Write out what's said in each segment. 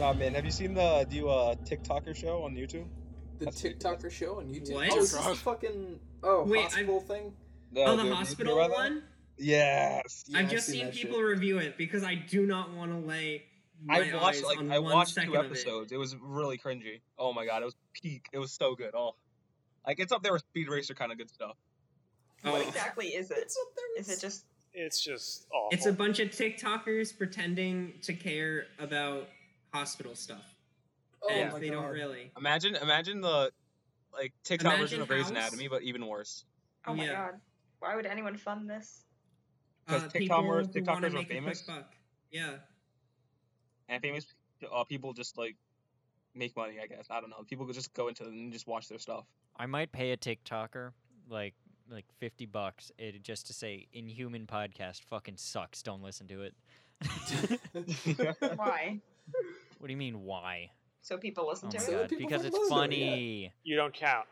Have you seen the the uh, TikToker show on YouTube? The That's- TikToker show on YouTube. What? Oh, is this Drunk. fucking oh Wait, hospital thing? No, oh, the dude, you hospital hear about that? one. Yes. Yeah, I've I've just seen seen that shit. people review it because I do not want to lay. My I watched eyes like on I one watched second two of it. episodes. It. was really cringy. Oh my god, it was peak. It was so good. Oh, like it's up there with Speed Racer kind of good stuff. Oh. What exactly is it? It's up there. Is it just It's just awful. It's a bunch of TikTokers pretending to care about hospital stuff, Oh and my they god. don't really. Imagine, imagine the like TikTok version Imagine of Grey's House. Anatomy, but even worse. oh my Yeah. god. Why would anyone fund this? 'Cause Uh, TikTokers- people who TikTokers want are to make a famous. quick buck. Yeah, And famous uh, people just like make money. I guess I don't know. People could just go into it and just watch their stuff. I might pay a TikToker like like fifty bucks it, just to say Inhuman podcast fucking sucks. Don't listen to it. Why? what do you mean? Why? So people Oh listen my to So it? that god! people Because can it's listen to it, yeah. funny. You don't count.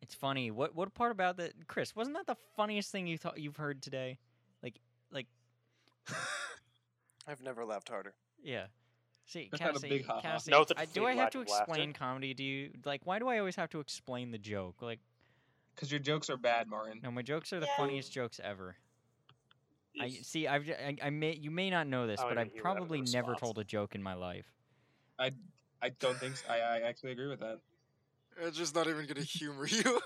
It's funny. What what part about that, Chris? Wasn't that the funniest thing you thought you've heard today? Like like I've never laughed harder. yeah. See, That's not a Cassie, big ha-ha. Cassie, No, it's a I- do complete I have lack to of laughter. explain comedy to you? Like, why do I always have to explain the joke? Like, Because your jokes are bad, Martin. no, my jokes are the Yeah. funniest jokes ever. I It's- see. I've j- I, I may you may not know this, I but wanna I've hear that in probably never response. told a joke in my life. I don't think so. I, I actually agree with that. I'm just not even gonna humor you.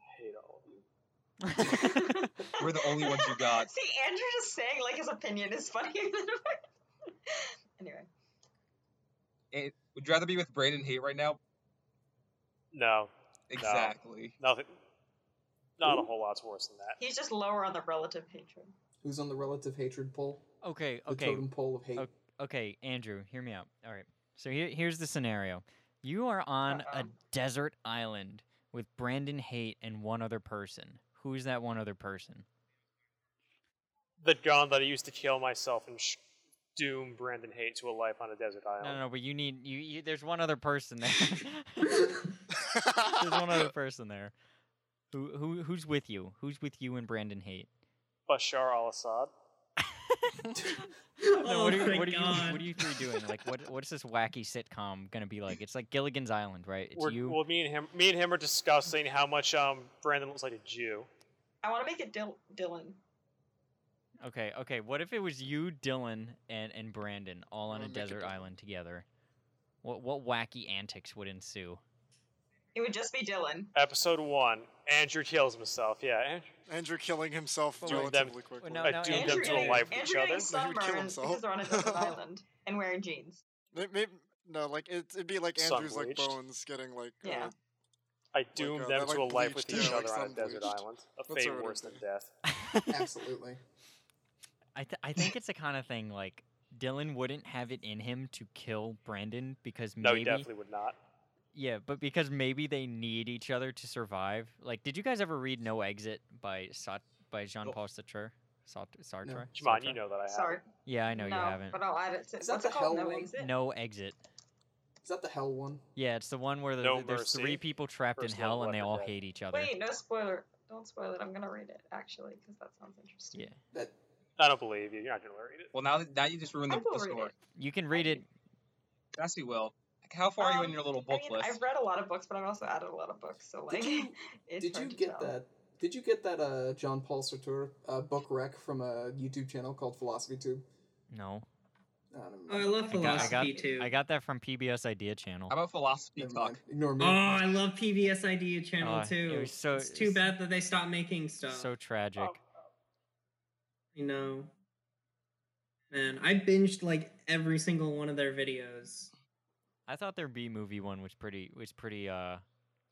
I hate all of you. We're the only ones you got. See, Andrew just saying like his opinion is funnier than mine. Anyway. It, would you rather be with Braden Hate right now? No, Exactly. nothing. Not a Ooh. whole lot's worse than that. He's just lower on the relative hatred. Who's on the relative hatred poll? okay, The okay, totem pole of hate. Okay. okay, Andrew, hear me out. All right. So here, here's the scenario. You are on a Uh-oh. desert island with Brandon Haight and one other person. Who's that one other person? The gun that I used to kill myself and sh- doom Brandon Haight to a life on a desert No, island. no, no, but you need you, you there's one other person there. there's one other person there. Who who who's with you? Who's with you and Brandon Haight? Bashar al-Assad. No, what are, Oh you- my what, are you, what God. are you three doing? Like, what what's this wacky sitcom gonna be like? It's like Gilligan's Island, right? It's We're, you. Well, me and him, me and him are discussing how much um Brandon looks like a Jew. I want to make it Dil- Dylan. Okay, okay. What if it was you, Dylan, and and Brandon all on I'll a make it desert Dylan. island together? What what wacky antics would ensue? It would just be Dylan. Episode one, Andrew kills himself. Yeah, Andrew, Andrew killing himself Well, wait, that- relatively quickly. no, I no, doomed Andrew them to a did. life with Andrew each getting other. He would kill sunburned himself. because they're on a desert island and wearing jeans. May- may- no, like it, it'd be like Andrew's like Sun-bleached. bones getting like Yeah. uh, I doomed uh, them that, to a like, life bleached, with each yeah, like other on a desert sun-bleached. island. A That's fate what it worse would than be. death. Absolutely. I th- I think it's the kind of thing like Dylan wouldn't have it in him to kill Brandon because No, he maybe definitely would not. yeah, but because maybe they need each other to survive. Like, did you guys ever read No Exit by Sat- by Jean Paul Sartre? Sart- Sartre? Come on, you Sartre? know that I have. Sorry. Yeah, I know no, you haven't. But I'll add it. To, Is that what's the it called? hell No one? exit. No exit. Is that the hell one? Yeah, it's the one where the, No there's three Mercy, people trapped in First Love, hell and they Left 4 all Dead. hate each other. Wait, no spoiler. Don't spoil it. I'm gonna read it actually because that sounds interesting. Yeah. That I don't believe you. You're not gonna read it. Well, now that now you just ruined I the, will the read story. it. You can read it. Cassie will. Like, How far are you in Um, your little I book mean, list? I've read a lot of books, but I've also added a lot of books. So like, did you it's did you hard to get tell. that? Did you get that uh, John Paul Sartre uh, book rec from a YouTube channel called Philosophy Tube? No. Oh, never Oh, I mind. love I got, I, philosophy got, too. I got that from PBS Idea Channel. How about philosophy Never talk? mind. Ignore me. Oh, I love PBS Idea Channel Uh, too. It was so, it's too bad that they stopped making stuff. So tragic. you know, man, I binged like every single one of their videos. I thought their B movie one was pretty was pretty uh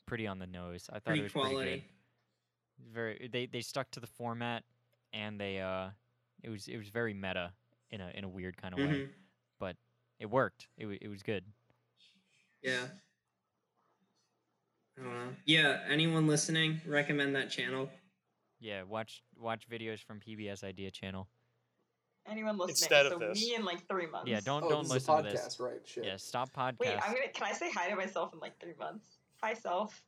pretty on the nose. I thought it Pretty was pretty quality. good. Very they they stuck to the format and they uh it was it was very meta in a in a weird kind of way, Mhm. but it worked. It wa- it was good. Yeah. I don't know. Yeah, anyone listening, recommend that channel. Yeah, watch watch videos from PBS Idea Channel. Anyone listening? Instead of so this. me in like three months. Yeah, don't Oh, don't this is a listen to podcast, this. right? Shit. Yeah, stop podcast. Wait, I'm gonna. Can I say hi to myself in like three months? Hi, self.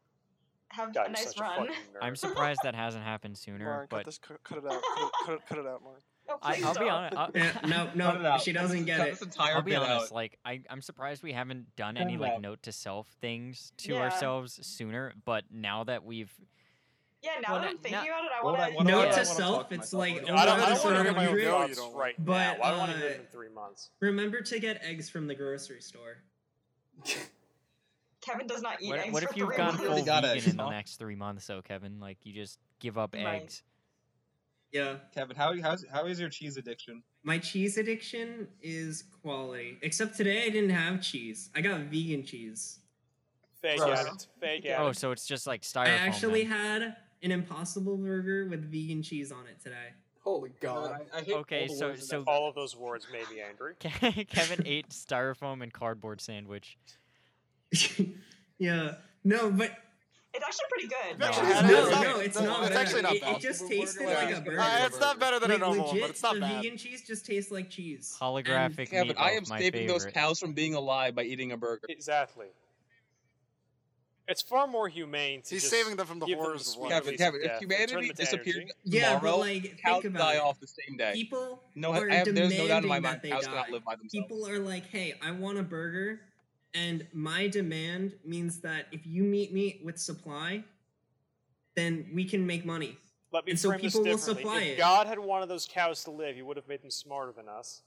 Have God, a you're nice such run. a fucking nerd. I'm surprised that hasn't happened sooner, Lauren, cut but this, cut, cut it out, cut it, cut it, cut it out, Lauren. Oh, I, please I'll be don't. honest. I'll, Yeah, Eh, no, Cut it no, out. she doesn't Cut get it. This entire I'll be bit honest. out. Like I, I'm surprised we haven't done Cut any it like out. note to self things to Yeah. ourselves sooner. But now that we've Yeah, now Well, that no- I'm thinking no- about it, What I want would I- to. what would I Note wanna to talk self, to it's myself like about? No, oh, I don't, I'm I don't so want to hear my own hungry. No, you thoughts don't. right But, now. I want to hear uh, them in three months. Remember to get eggs from the grocery store. Kevin does not eat what, eggs what for if you've three gone months. full Really got vegan it. in the Huh? next three months, though, Kevin? Like you just give up Right. eggs. Yeah, Kevin, how how's, how is your cheese addiction? my cheese addiction is quality. Except today I didn't have cheese. I got vegan cheese. Fake Gross. addict. Fake Yeah. Oh, addict. so it's just like styrofoam. I actually then. had an Impossible Burger with vegan cheese on it today. Holy God. God, I, I hate Okay, all the so- words in so- that All of those words made me angry. Kevin ate styrofoam and cardboard sandwich. yeah. No, but It's actually pretty good. No, Actually, I it's don't- not- no, no, it's it's not- not It's bad. actually not It- it bad. just Burger, tasted like, like a uh, burger. Uh, it's not better than a like, normal one, legit, but it's not the bad. vegan cheese just tastes like cheese. And- Holographic Mm, Kevin, I meatloaf, am my saving those favorite. cows from being alive by eating a burger. Exactly. It's far more humane to He's just saving them from the give horrors the of sweet life. release Kevin, of Kevin, if death and turn humanity them to disappeared energy. yeah, tomorrow, but like cows think about die it. off the same day. People No, I are have, there's no doubt in my demanding mind that they cows die. cannot live by themselves. People are like, "Hey, I want a burger," and my demand means that if you meet me with supply, then we can make money. Let me And so frame this people will differently. supply it. if God had wanted those cows to live, he would have made them smarter than us.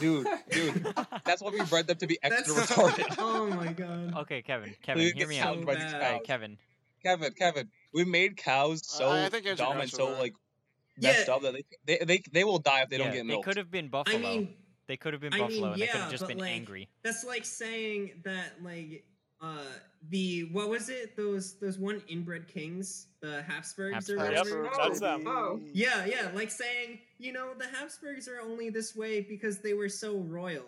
Dude, dude, that's why we bred them to be extra That's- retarded. Oh my god. okay, Kevin, Kevin, Dude, hear get me so out. sound by these bad. cows. Hey, Kevin, Kevin, Kevin, we made cows so I- I think Andrew dumb and Groucho so there. like Yeah. messed up that they they, they they will die if they yeah, don't get they milk. could have been buffalo. I mean, they could have been I mean, buffalo, and they could yeah, have just but, been like, angry. That's like saying that like uh the what was it? Those those one inbred kings, the Habsburgs or Habsburgs. Yep, whatever. that's them. Oh. Yeah, yeah, like saying, you know, the Habsburgs are only this way because they were so royal.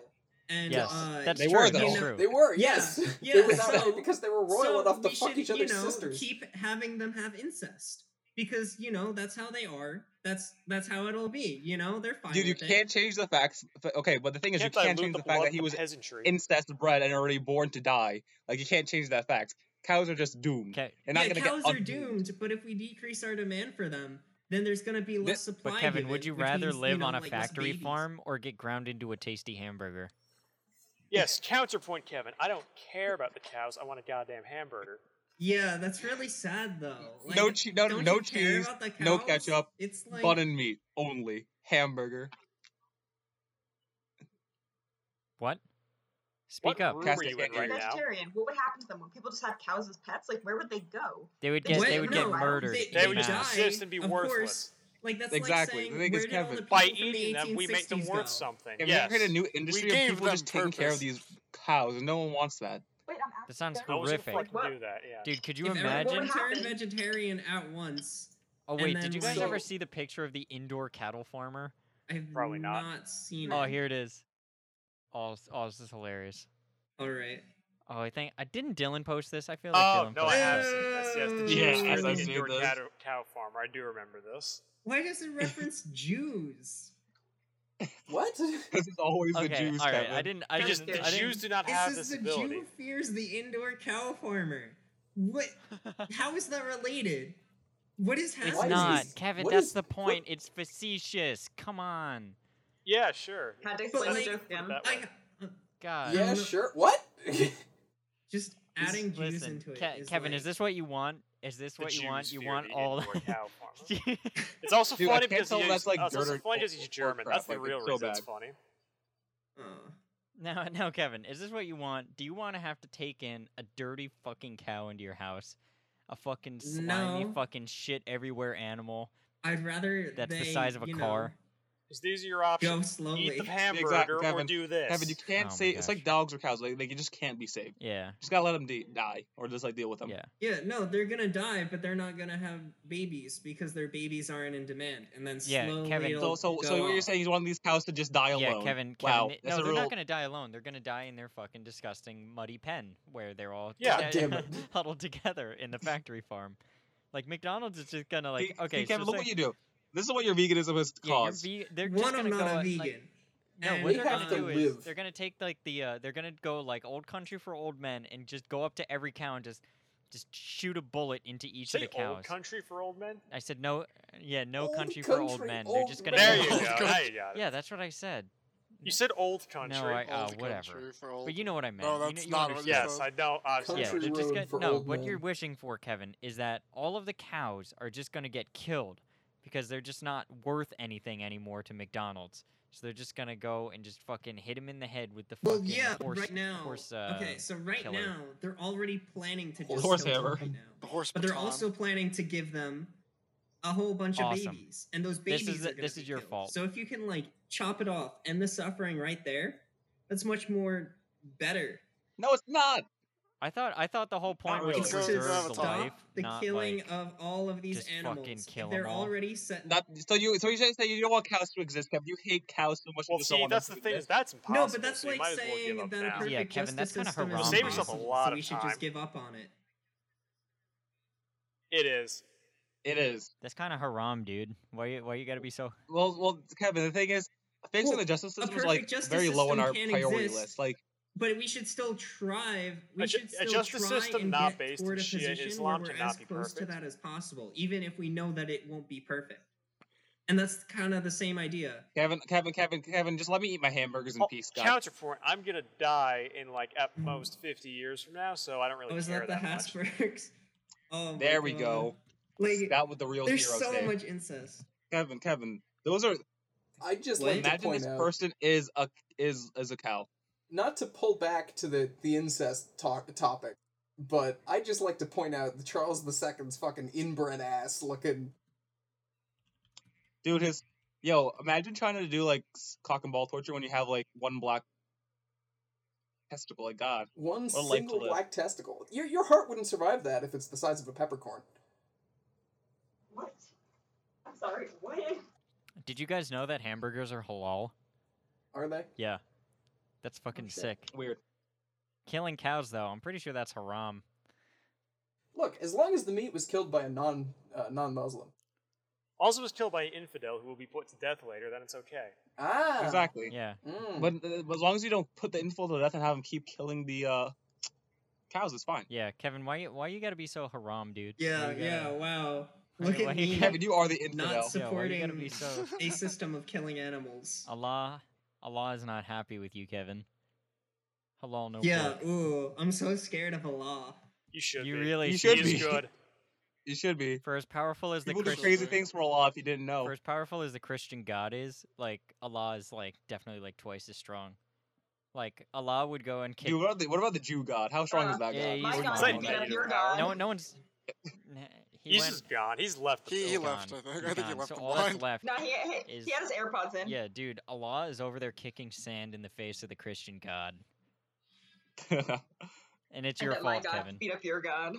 And Yes, uh that's They true. were, that's though. true. They were, Yeah, yes. yeah, they were so- that way because they were royal so enough to we fuck should, each other's you know, sisters. Keep having them have incest. Because, you know, that's how they are. That's that's how it'll be, you know, they're fine. Dude, you with it. can't change the facts. Okay, but the thing is, you can't can't dilute change the the fact blood that of he the was peasantry. incest bred and already born to die. Like you can't change that fact. Cows are just doomed. Ke- They're not yeah, gonna cows get are doomed, but if we decrease our demand for them, then there's gonna be less supply. but Kevin, given, would you which rather means, you live know, on a like, less factory babies. farm or get ground into a tasty hamburger? Yes, counterpoint, Kevin. I don't care about the cows. I want a goddamn hamburger. Yeah, that's really sad though. Like, No che- no- don't no you care cheese, about the no cows? ketchup, It's like Bun and meat only. Hamburger. What? Speak what up. room Cast are it you in in right your- now? Vegetarian. What would happen to them when people just have cows as pets? Like, where would they go? They would They get would- they would get no, I don't murdered. They, en They they would masse. just die, exist and be of worthless. Course. Like that's Exactly. Like The saying, thing is, where did all the Kevin- people By from the eating them, we make them 1860s worth go? something. If yes. we create a new industry gave of people them just taking care of purpose. these cows, and no one wants that. Wait, I'm That sounds asking. no one's gonna horrific. fucking What? do that. Yeah. Dude, could you if everyone imagine? happened- turned vegetarian at once, Oh and wait, then, did you guys like- ever So- see the picture of the indoor cattle farmer? I've Probably not. seen Oh, it. here it is. Oh, s- oh, this is hilarious. All right. Oh, I think I didn't Dylan post this. I feel like Oh Dylan no, posted I have this. seen this. Yes, the Yeah, Jews yes, were I've the seen indoor this. cow, cow farmer. I do remember this. Why does it reference Jews? What? Because it's always the Okay, Jews, all right. Kevin. I didn't. I Because didn't. the I Jews didn't. do not It have says this the ability. Jew fears the indoor cow farmer. What? How is that related? What is happening? It's Why does not, this- Kevin. what That's is- the what- point. It's facetious. Come on, Yeah, sure. Had to But explain the like, uh, joke again. that I, God. don't yeah, Mm-hmm. know. sure. What? just adding Jews Listen, into it. Ke- Kevin, like- is this what you want? Is this The what you want? Jews You fear want the all? indoor cow farmer. It's It's also Dude, I funny can't because tell he's, that's, like, oh, it's also dirt or- funny because he's or German. crap, That's the like, it's real so reason it's bad. funny. Oh. no, no, Kevin. Is this what you want? Do you want to have to take in a dirty fucking cow into your house? A fucking slimy, No. fucking shit everywhere animal. I'd rather That's the they, size of a you know, car. Because these are your Go options: eat slowly. the hamburger or Kevin. do this. Kevin, you can't Oh my say it's like gosh. dogs or cows. Like they just can't be saved. Yeah, Just gotta let them de- die, or just like deal with them. yeah. Yeah, no, they're gonna die, but they're not gonna have babies because their babies aren't in demand. And then Yeah, slowly Kevin, it'll So, so, so go what you're up. saying is you want these cows to just die alone? Yeah, Kevin. Kevin Wow, it- that's no, a they're real. not gonna die alone. They're gonna die in their fucking disgusting muddy pen where they're all Yeah. sta- Damn it. huddled together in the factory farm. Like McDonald's is just gonna like See- see, okay. so Kevin, look say- what you do. This is what your veganism has yeah, you're caused. ve- they're just One, I'm gonna not go a at, vegan. like- no, and, what You they're have gonna to do is live. they're gonna take like the uh, they're gonna go like old country for old men and just go up to every cow and just just shoot a bullet into each Say of the cows. old country for old men. I said no. Yeah, no Old country, for old country, men. old They're just gonna. There be you go. old. Old Now you got it. Yeah, that's what I said. You said old country. No, I- uh, Old whatever. country for old- But you know what I meant. No, You kn- that's you not what it understand. yes, I know. Obviously. Yeah, Country they're just road gonna, for no. old What men. you're wishing for, Kevin, is that all of the cows are just gonna get killed because they're just not worth anything anymore to McDonald's. So they're just gonna go and just fucking hit him in the head with the Well, fucking yeah, horse. right now. horse, uh, okay, so right killer. now they're already planning to just Horse kill them hammer. right now, The horse but they're baton. also planning to give them a whole bunch of Awesome. babies, and those This babies is are the- gonna this be is your killed. fault. So if you can like chop it off, end the suffering right there, that's much more better. No, it's not. I thought I thought the whole point was really. to Because preserve it's the Avatar. life, Stop the not killing like, of all of these just fucking animals. If kill 'em they're all. already set. That so you so you say that you don't want cows to exist, Kevin. You hate cows so much. Well, you just don't see, want them that's the to thing is exist. that's impossible. no, but that's so you like might as well saying give up that a now. perfect Yeah, Kevin, that's justice kinda system is Save yourself a impossible, lot so we of should time. just give up on it. It is. It is. that's kind of haram, dude. Why you, why you gotta be so? Well, well, Kevin. The thing is, fixing Well, the justice a system is perfect like justice very low on system our can't priority exist. list. Like, But we should still strive. We A ju- should a still justice try system and not get based toward in a Shia position where Islam we're should not as be close perfect. to that as possible, even if we know that it won't be perfect. And that's kind of the same idea. Kevin, Kevin, Kevin, Kevin. Just let me eat my hamburgers in Oh, peace, God. counterpoint. I'm gonna die in like at most 50 years from now, so I don't really Oh, is care that the much. Hasbergs? Oh, my There we God. go. Like, That with the real there's heroes so there. much incest. Kevin, Kevin. Those are I'd just like Wait. to imagine point this out, person is a is is a cow. not to pull back to the the incest talk topic, but I'd just like to point out that Charles II's fucking inbred ass looking. Dude, his yo. Imagine trying to do like s- cock and ball torture when you have like one black testicle. Like God, One What a life to single live. black testicle. Your your heart wouldn't survive that if it's the size of a peppercorn. What? I'm sorry. What? Did you guys know that hamburgers are halal? Are they? Yeah, that's Oh, fucking shit. sick. weird. Killing cows though, I'm pretty sure that's haram. Look, as long as the meat was killed by a non uh, non Muslim. Also, was killed by an infidel who will be put to death later. Then it's okay. Ah, Exactly. Yeah, Mm. But, uh, but as long as you don't put the info to death and have them keep killing the uh, cows, it's fine. yeah. Kevin, why you why you gotta be so haram, dude? Why Yeah, you yeah, gotta- wow. Why Look you- why at you me. gotta Kevin, you are the infidel. Not Yeah, why you gotta supporting be so? a system of killing animals. Allah, Allah is not happy with you, Kevin. Halal no Yeah, pork. ooh, I'm so scared of Allah. You should. You be. really You He should should is be. good. you should be. For as powerful as the People do Christian, crazy things for Allah if you didn't know. for as powerful as the Christian God is, like Allah is like definitely like twice as strong. Like Allah would go and kick. Dude, what about, the, what about the Jew god? How strong is Uh, that Yeah, god? he's My We're God, not you on got that your either. God. no, no one's. Nah, he He's went. just gone. He's left. The He, he building. left. I gone. think. He's I think he gone. left. So the all that's blind. left. No, he, he, Is- he had his AirPods in. Yeah, dude, Allah is over there kicking sand in the face of the Christian God, and it's And your that my fault, God Kevin. beat up your God.